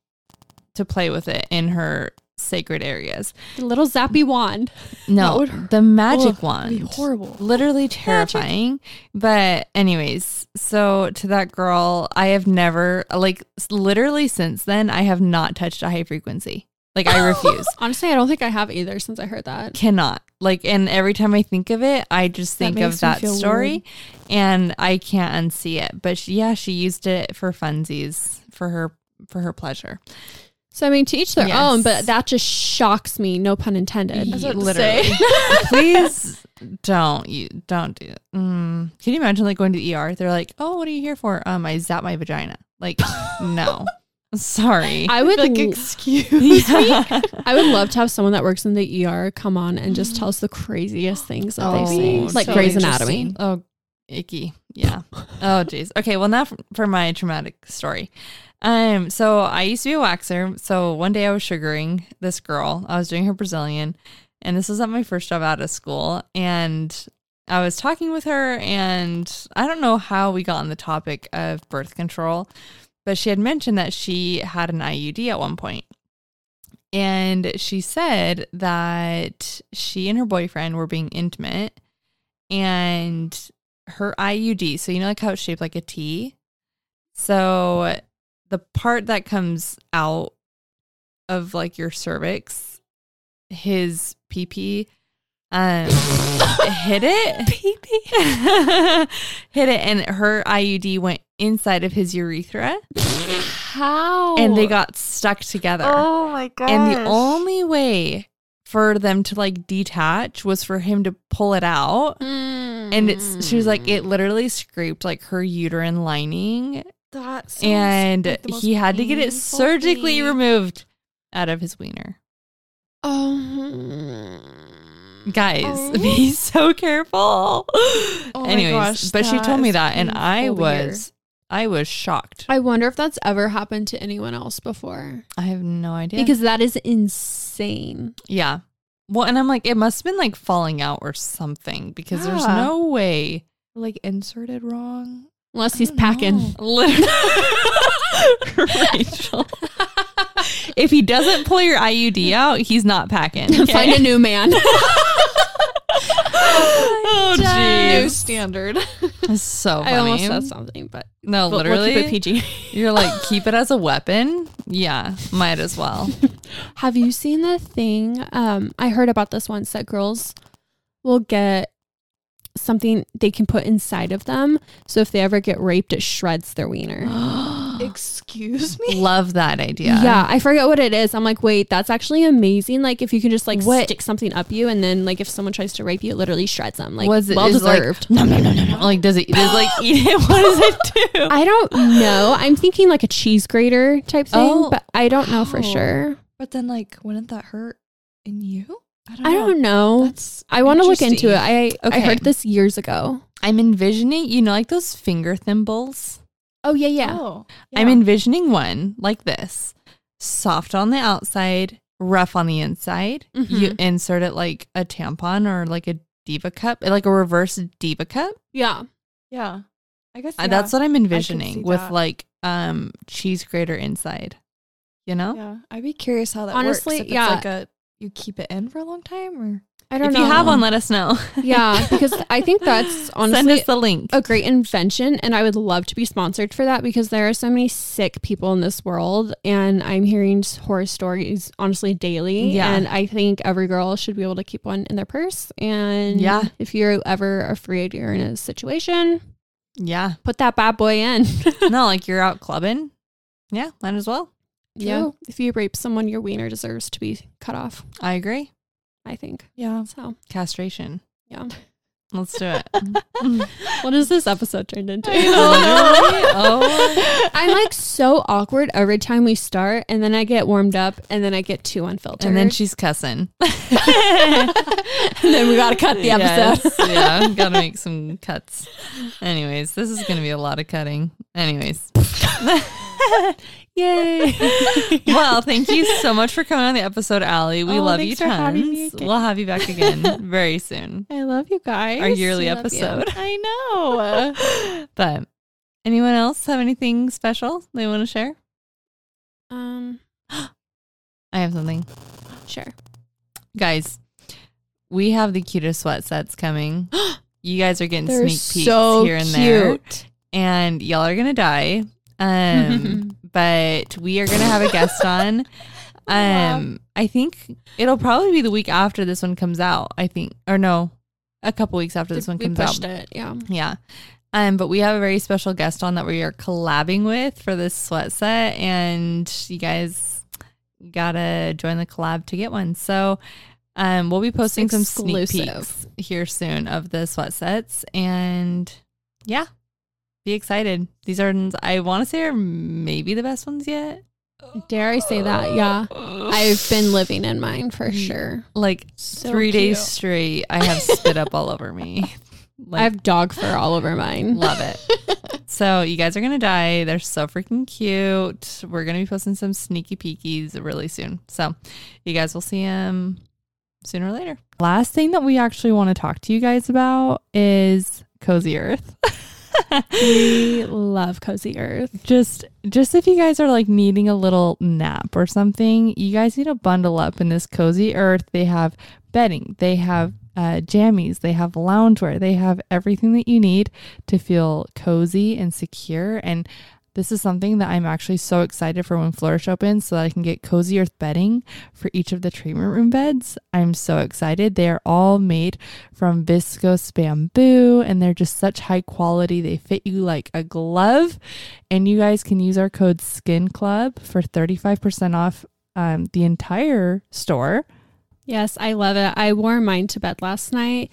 Speaker 1: to play with it in her sacred areas.
Speaker 3: the little zappy wand.
Speaker 1: No,
Speaker 2: would-
Speaker 1: the magic
Speaker 2: That'd be
Speaker 1: wand
Speaker 2: horrible.
Speaker 1: literally terrifying. But anyways, so to that girl, I have never like s- literally since then I have not touched a high frequency. Like
Speaker 2: [LAUGHS]
Speaker 1: I refuse.
Speaker 3: Honestly, I don't think I have either since I heard that.
Speaker 1: Cannot. Like and every time I think of it, I just
Speaker 2: That
Speaker 1: think
Speaker 2: makes
Speaker 1: of
Speaker 2: me
Speaker 1: that
Speaker 2: feel
Speaker 1: story
Speaker 2: weird.
Speaker 1: and I can't unsee it. But she, yeah, she used it for funsies for her for her pleasure.
Speaker 3: So I mean, to each their
Speaker 1: Yes.
Speaker 3: own, but that just shocks me. No pun intended.
Speaker 1: Ye-
Speaker 2: about to
Speaker 1: literally. [LAUGHS]
Speaker 2: [LAUGHS]
Speaker 1: Please don't you don't do. Mm. Can you imagine like going to the ER? They're like, "Oh, what are you here for?" Um, I zap my vagina. Like,
Speaker 2: [LAUGHS]
Speaker 1: no, sorry.
Speaker 3: I would
Speaker 2: Like,
Speaker 3: l-
Speaker 2: [LAUGHS] excuse me.
Speaker 1: [LAUGHS]
Speaker 3: I would love to have someone that works in the ER come on and just tell us the craziest things that
Speaker 1: Oh,
Speaker 3: they've seen,
Speaker 1: so
Speaker 3: like Grey's
Speaker 2: interesting.
Speaker 3: Anatomy.
Speaker 1: Oh, icky. Yeah. Oh, jeez. Okay. Well, now for, for my traumatic story. Um, so I used to be a waxer. So one day I was sugaring this girl. I was doing her Brazilian, and this was at my first job out of school. And I was talking with her, and I don't know how we got on the topic of birth control, but she had mentioned that she had an IUD at one point. And she said that she and her boyfriend were being intimate and her IUD. So you know like how it's shaped like a T. So the part that comes out of like your cervix, his PP, um, [COUGHS] hit it, PP, [LAUGHS] hit it, and her IUD went inside of his urethra,
Speaker 3: How?
Speaker 1: and they got stuck together.
Speaker 3: Oh,
Speaker 2: my god.
Speaker 1: And the only way for them to like detach was for him to pull it out. And it's she was like
Speaker 2: Mm.
Speaker 1: it literally scraped like her uterine lining
Speaker 2: that sounds
Speaker 1: and
Speaker 2: like the most
Speaker 1: he had to get it
Speaker 2: painful
Speaker 1: surgically
Speaker 2: thing.
Speaker 1: removed out of his wiener.
Speaker 3: Oh.
Speaker 1: Guys, [LAUGHS]
Speaker 2: Oh.
Speaker 1: be so careful.
Speaker 2: my
Speaker 1: Anyways,
Speaker 2: gosh,
Speaker 1: but she
Speaker 2: that
Speaker 1: told me
Speaker 2: is
Speaker 1: that and I
Speaker 2: painful to hear.
Speaker 1: was I was shocked.
Speaker 3: I wonder if that's ever happened to anyone else before.
Speaker 1: I have no idea.
Speaker 3: Because that is insane.
Speaker 1: Yeah. Well, and I'm like, it must have been like falling out or something because there's
Speaker 2: Yeah.
Speaker 1: no
Speaker 2: [LAUGHS]
Speaker 1: way. [LAUGHS]
Speaker 2: like inserted wrong.
Speaker 3: Unless
Speaker 2: I
Speaker 3: he's
Speaker 2: don't
Speaker 3: packing. [LAUGHS]
Speaker 2: know.
Speaker 1: Literally. Rachel. If he doesn't pull your IUD out, he's not packing. [LAUGHS]
Speaker 3: Find a new [LAUGHS] man.
Speaker 2: [LAUGHS]
Speaker 1: oh,
Speaker 2: New
Speaker 1: jeez.
Speaker 2: standard.
Speaker 1: It's so funny.
Speaker 3: I almost said something, but
Speaker 1: no,
Speaker 3: we'll- we'll
Speaker 1: [LAUGHS] literally.
Speaker 3: keep it PG.
Speaker 1: You're like, keep it as a weapon? Yeah, might as well.
Speaker 3: Have you seen the thing? Um, I heard about this once that girls will get something they can put inside of them. So if they ever get raped, it shreds their wiener.
Speaker 2: Excuse me.
Speaker 1: Love that idea.
Speaker 3: Yeah. I forget what it is. I'm like, wait, that's actually amazing. Like, if you can just like
Speaker 1: What-
Speaker 3: stick something up you, and then like if someone tries to rape you, it literally shreds them. Like,
Speaker 1: Was it-
Speaker 3: well
Speaker 1: is, like-
Speaker 3: deserved.
Speaker 1: No, no, no, no, no. Like, does it, does like eat it? [LAUGHS] What does it do?
Speaker 3: I don't know. I'm thinking like a cheese grater type thing,
Speaker 1: Oh.
Speaker 3: but I don't know for
Speaker 2: Wow.
Speaker 3: sure.
Speaker 2: But then, like, wouldn't that hurt in you?
Speaker 3: I don't know.
Speaker 2: That's
Speaker 3: I want to look into it.
Speaker 2: interesting.
Speaker 3: I I
Speaker 1: Okay.
Speaker 3: heard this years ago.
Speaker 1: [LAUGHS] I'm envisioning, you know, like those finger thimbles.
Speaker 3: Oh yeah, yeah.
Speaker 2: Oh,
Speaker 1: I'm
Speaker 2: yeah.
Speaker 1: envisioning one like this soft on the outside, rough on the inside. You insert it like a tampon or like a diva cup, like a reverse diva cup.
Speaker 3: Yeah.
Speaker 2: Yeah. I guess
Speaker 1: Uh, That's what I'm
Speaker 2: see
Speaker 1: envisioning with
Speaker 2: that.
Speaker 1: like um cheese grater inside. You know?
Speaker 2: Yeah, I'd be curious how that
Speaker 3: Honestly,
Speaker 2: works. if
Speaker 3: yeah.
Speaker 2: It's like a you keep it in for a long time, or
Speaker 3: I don't
Speaker 1: If
Speaker 3: know.
Speaker 1: you have one, let us know.
Speaker 3: yeah, because I think that's
Speaker 1: [LAUGHS] Send
Speaker 3: honestly
Speaker 1: us the link.
Speaker 3: a great invention and I would love to be sponsored for that because there are so many sick people in this world and I'm hearing s- horror stories honestly daily
Speaker 1: Yeah.
Speaker 3: and I think every girl should be able to keep one in their purse and
Speaker 1: Yeah.
Speaker 3: if you're ever afraid you're in a situation
Speaker 1: Yeah.
Speaker 3: put that bad boy in [LAUGHS]
Speaker 1: No, like you're out clubbing. Yeah, might as well.
Speaker 2: Yeah.
Speaker 3: True. if you rape someone your wiener deserves to be cut off
Speaker 1: I agree.
Speaker 3: I think
Speaker 2: yeah,
Speaker 3: so
Speaker 1: Castration.
Speaker 3: yeah
Speaker 1: Let's do it.
Speaker 3: [LAUGHS] what is this episode turned into
Speaker 1: Literally,
Speaker 3: [LAUGHS]
Speaker 1: oh.
Speaker 3: I'm like so awkward every time we start, and then I get warmed up, and then I get too unfiltered.
Speaker 1: And then she's cussing.
Speaker 3: And [LAUGHS] then we
Speaker 1: [LAUGHS]
Speaker 3: gotta cut the episode.
Speaker 1: Yes, yeah,
Speaker 3: [LAUGHS]
Speaker 1: gotta make some cuts. Anyways, this is gonna be a lot of cutting. Anyways,
Speaker 3: Yay!
Speaker 1: [LAUGHS] well, thank you so much for coming on the episode, Allie. We
Speaker 3: Oh,
Speaker 1: love you
Speaker 3: thanks
Speaker 1: tons.
Speaker 3: for having me again.
Speaker 1: We'll have you back
Speaker 3: [LAUGHS]
Speaker 1: again very soon.
Speaker 3: I love you guys.
Speaker 1: Our yearly
Speaker 3: We love you.
Speaker 1: episode.
Speaker 2: I know.
Speaker 1: But anyone else have anything special they want to share?
Speaker 3: Um,
Speaker 1: I have something.
Speaker 3: sure.
Speaker 1: Guys, we have the cutest sweat sets
Speaker 3: [GASPS]
Speaker 1: coming. You guys are getting
Speaker 2: They're
Speaker 1: sneak peeks
Speaker 2: so
Speaker 1: here and there.
Speaker 2: cute.
Speaker 1: and y'all are gonna die.
Speaker 3: [LAUGHS]
Speaker 1: Um, but we are gonna have a guest on. Um, I think it'll probably be the week after this one comes out. I think, or no, a couple weeks after this one
Speaker 3: we
Speaker 1: comes
Speaker 3: pushed
Speaker 1: out.
Speaker 3: it. Yeah.
Speaker 1: Yeah. Um, but we have a very special guest on that we are collabing with for this sweat set, and you guys gotta join the collab to get one. So, um, we'll be posting some sneak peeks
Speaker 3: exclusive.
Speaker 1: here soon of the sweat sets, and yeah, be excited. These are I want to say are maybe the best ones yet.
Speaker 3: Dare I say that? Yeah. I've been living in mine for sure.
Speaker 1: Like
Speaker 2: So
Speaker 1: three days
Speaker 2: cute.
Speaker 1: straight, I have spit up all over
Speaker 2: [LAUGHS]
Speaker 1: me. Like,
Speaker 3: I have dog fur all over mine.
Speaker 1: Love it. so you guys are gonna die. They're so freaking cute. We're gonna be posting some sneaky peekies really soon. So you guys will see them sooner or later. Last thing that we actually want to talk to you guys about is Cozy Earth.
Speaker 3: [LAUGHS] We love Cozy Earth.
Speaker 1: just just if you guys are like needing a little nap or something, you guys need to bundle up in this Cozy Earth. They have bedding, they have uh, jammies, they have loungewear, they have everything that you need to feel cozy and secure. And this is something that I'm actually so excited for when Flourish opens so that I can get Cozy Earth bedding for each of the treatment room beds. I'm so excited. They are all made from viscose bamboo and they're just such high quality. They fit you like a glove. And you guys can use our code Skin Club for 35% off um, the entire store.
Speaker 3: Yes, I love it. I wore mine to bed last night.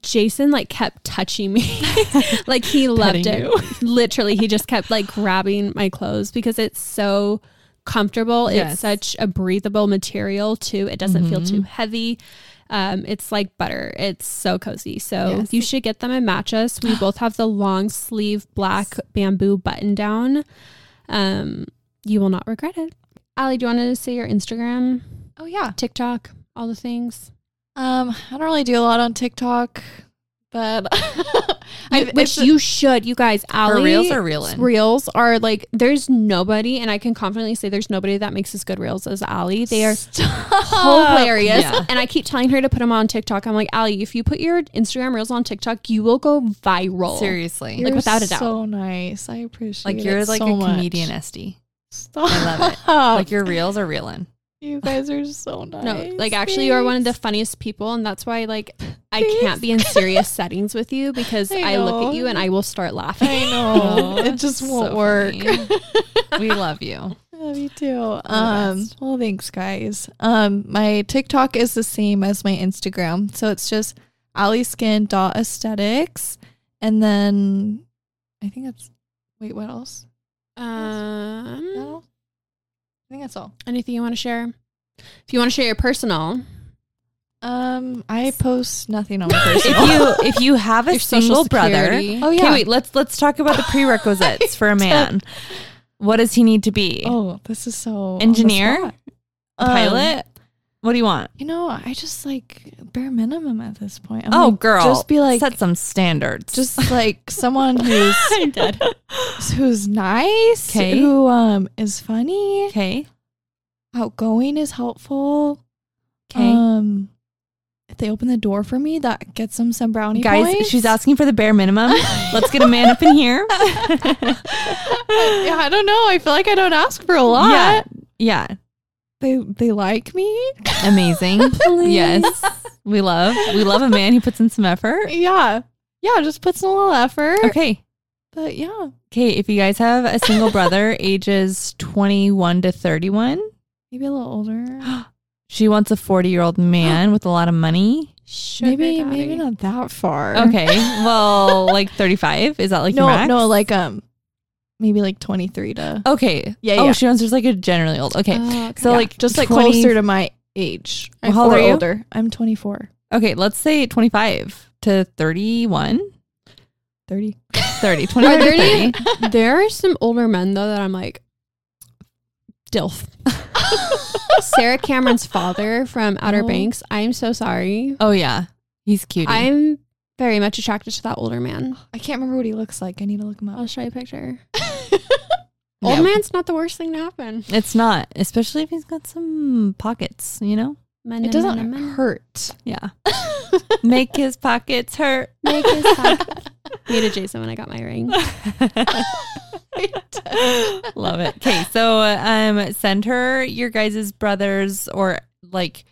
Speaker 3: Jason like kept touching me. [LAUGHS] like he
Speaker 1: [LAUGHS]
Speaker 3: loved
Speaker 1: Petting
Speaker 3: it. [LAUGHS] Literally, he just kept like grabbing my clothes because it's so comfortable.
Speaker 1: Yes.
Speaker 3: It's such a breathable material too. It doesn't feel
Speaker 1: Mhm.
Speaker 3: too heavy. Um, it's like butter. It's so cozy. So
Speaker 1: Yes.
Speaker 3: you should get them and match us.
Speaker 1: [GASPS]
Speaker 3: We both have the long sleeve black bamboo button down. Um, you will not regret it. Allie, do you want to say your Instagram?
Speaker 2: Oh yeah.
Speaker 3: TikTok, all the things.
Speaker 2: Um, I don't really do a lot on TikTok, but [LAUGHS] I,
Speaker 3: which
Speaker 2: it's-
Speaker 3: you should, you guys.
Speaker 1: Her
Speaker 3: Allie,
Speaker 1: reels are reeling.
Speaker 3: reels are like there's nobody, and I can confidently say there's nobody that makes as good reels as Allie. They
Speaker 2: [LAUGHS]
Speaker 3: are
Speaker 2: Stop.
Speaker 3: hilarious,
Speaker 1: Yeah.
Speaker 3: and I keep telling her to put them on TikTok. I'm like, Allie, if you put your Instagram reels on TikTok, you will go viral.
Speaker 1: Seriously.
Speaker 2: You're
Speaker 1: Like,
Speaker 3: Like, without a doubt.
Speaker 2: So nice. I appreciate.
Speaker 1: like you're
Speaker 2: it
Speaker 1: like
Speaker 2: so
Speaker 1: a
Speaker 2: much.
Speaker 1: comedian esty.
Speaker 2: Stop.
Speaker 1: I love it. Like your reels are reeling.
Speaker 2: You guys are so nice.
Speaker 3: No, like actually, you are one of the
Speaker 2: Thanks.
Speaker 3: funniest people, and that's why like I
Speaker 2: Thanks.
Speaker 3: can't be in [LAUGHS] serious settings with you because
Speaker 2: I
Speaker 3: I, look
Speaker 2: know.
Speaker 3: at you and I will start laughing.
Speaker 2: I
Speaker 3: [LAUGHS]
Speaker 2: know.
Speaker 1: Oh,
Speaker 2: it just
Speaker 1: so
Speaker 2: won't work.
Speaker 1: funny. we
Speaker 2: [LAUGHS]
Speaker 1: love you.
Speaker 2: Love you too.
Speaker 1: the
Speaker 2: Um,
Speaker 1: best.
Speaker 2: well, thanks, guys. Um, my TikTok is the same as my Instagram, so it's just allyskin.aesthetics. And then I think that's wait, what else?
Speaker 3: Um,
Speaker 2: No, I think that's all.
Speaker 3: anything you want to share? If you want to share your personal,
Speaker 2: Um, I post nothing on
Speaker 1: [LAUGHS]
Speaker 2: my personal.
Speaker 1: If you if you have a
Speaker 3: your
Speaker 1: single
Speaker 3: social
Speaker 1: brother,
Speaker 3: security.
Speaker 2: oh
Speaker 1: Okay,
Speaker 2: yeah.
Speaker 1: wait. Let's let's talk about the prerequisites
Speaker 2: [LAUGHS]
Speaker 1: for a man. What does he need to be?
Speaker 2: Oh, this is so on the
Speaker 1: Engineer?
Speaker 2: spot.
Speaker 1: A
Speaker 2: Um,
Speaker 1: Pilot. what do you want?
Speaker 2: you know, I just like bare minimum at this point. I'm
Speaker 1: oh,
Speaker 2: like,
Speaker 1: girl.
Speaker 2: just be like,
Speaker 1: set some standards. [LAUGHS]
Speaker 2: just like someone who's
Speaker 3: I'm dead.
Speaker 2: [LAUGHS] who's nice,
Speaker 1: 'Kay.
Speaker 2: who um is funny,
Speaker 1: okay.
Speaker 2: outgoing is helpful.
Speaker 1: Okay.
Speaker 2: Um, if they open the door for me, that gets them some brownie
Speaker 1: Guys,
Speaker 2: points.
Speaker 1: she's asking for the bare minimum. Let's get a man up in here.
Speaker 2: [LAUGHS] Yeah, I don't know. I feel like I don't ask for a lot.
Speaker 1: Yeah. Yeah.
Speaker 2: They they
Speaker 1: [LAUGHS]
Speaker 2: like me.
Speaker 1: Amazing.
Speaker 2: [LAUGHS]
Speaker 1: Yes. We love. We love a man who puts in some effort.
Speaker 2: yeah. Yeah, just puts in a little effort.
Speaker 1: Okay.
Speaker 2: But yeah.
Speaker 1: Okay, if you guys have a single brother ages 21 to 31,
Speaker 2: Maybe a little
Speaker 1: [GASPS]
Speaker 2: older.
Speaker 1: she wants a 40-year-old man with a lot of money.
Speaker 2: maybe maybe not that far.
Speaker 1: Okay. Well, like 35, is that like
Speaker 2: no,
Speaker 1: your max?
Speaker 2: no, like um maybe like 23 to
Speaker 1: Okay.
Speaker 2: Yeah, Uh,
Speaker 1: Oh,
Speaker 2: yeah.
Speaker 1: she wants just like a generally old. Okay.
Speaker 3: Uh, okay.
Speaker 1: So
Speaker 2: Yeah,
Speaker 1: like
Speaker 2: just like
Speaker 1: 20
Speaker 2: closer to my age.
Speaker 1: Well, how old
Speaker 2: Or
Speaker 1: are you?
Speaker 2: older. I'm 24,
Speaker 1: Okay, let's say 25 to 31.
Speaker 2: 30. [LAUGHS]
Speaker 1: 30. 25
Speaker 3: there
Speaker 1: to
Speaker 3: any-
Speaker 1: 30.
Speaker 3: there are some older men though that I'm like, dilf. [LAUGHS] Sarah Cameron's father from Outer
Speaker 2: Oh.
Speaker 3: Banks. I'm so sorry.
Speaker 1: Oh yeah. He's cute.
Speaker 3: I'm very much attracted to that older man.
Speaker 2: I can't remember what he looks like. I need to look him
Speaker 3: I'll
Speaker 2: up.
Speaker 3: show you a picture.
Speaker 1: Yeah.
Speaker 3: Old man's not the worst thing to happen.
Speaker 1: It's not, especially if he's got some pockets, you know?
Speaker 3: Men,
Speaker 2: It doesn't hurt. [LAUGHS]
Speaker 1: Yeah. Make his pockets hurt. [LAUGHS]
Speaker 3: Make his [LAUGHS] pocket. Hated Jason when I got my ring.
Speaker 2: [LAUGHS]
Speaker 1: Love it. Okay, so um, send her your guys' brothers or like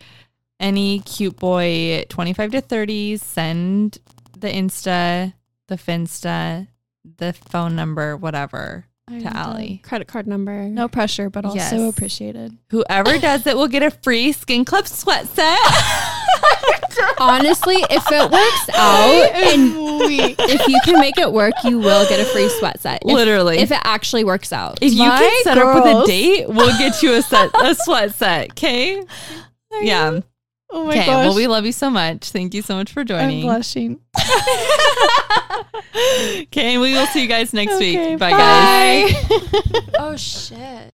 Speaker 1: any cute boy, twenty five to thirty. Send the Insta, the Finsta, the phone number, whatever
Speaker 2: I'm
Speaker 1: to
Speaker 2: done.
Speaker 1: Allie.
Speaker 3: [LAUGHS] Credit card number.
Speaker 2: No pressure, but also
Speaker 1: Yes.
Speaker 2: appreciated. [LAUGHS]
Speaker 1: Whoever does it will get a free Skin Club sweat set. Oh,
Speaker 3: Honestly, if it [LAUGHS] works
Speaker 2: Oh,
Speaker 3: out and
Speaker 2: weak.
Speaker 3: if you can make it work, you will get a free sweat set. If,
Speaker 1: Literally,
Speaker 3: if it actually works out.
Speaker 1: If you
Speaker 3: [LAUGHS]
Speaker 2: My
Speaker 1: can set up with a
Speaker 2: girls.
Speaker 1: date, we'll get you a set
Speaker 2: [LAUGHS]
Speaker 1: a sweat set. Okay. Yeah.
Speaker 2: Oh my
Speaker 1: Okay.
Speaker 2: gosh.
Speaker 1: Well, we love you so much. Thank you so much for
Speaker 2: I'm
Speaker 1: joining.
Speaker 2: blushing.
Speaker 1: okay, we will see you guys next
Speaker 2: Okay,
Speaker 1: week. Bye, guys.
Speaker 3: Oh shit.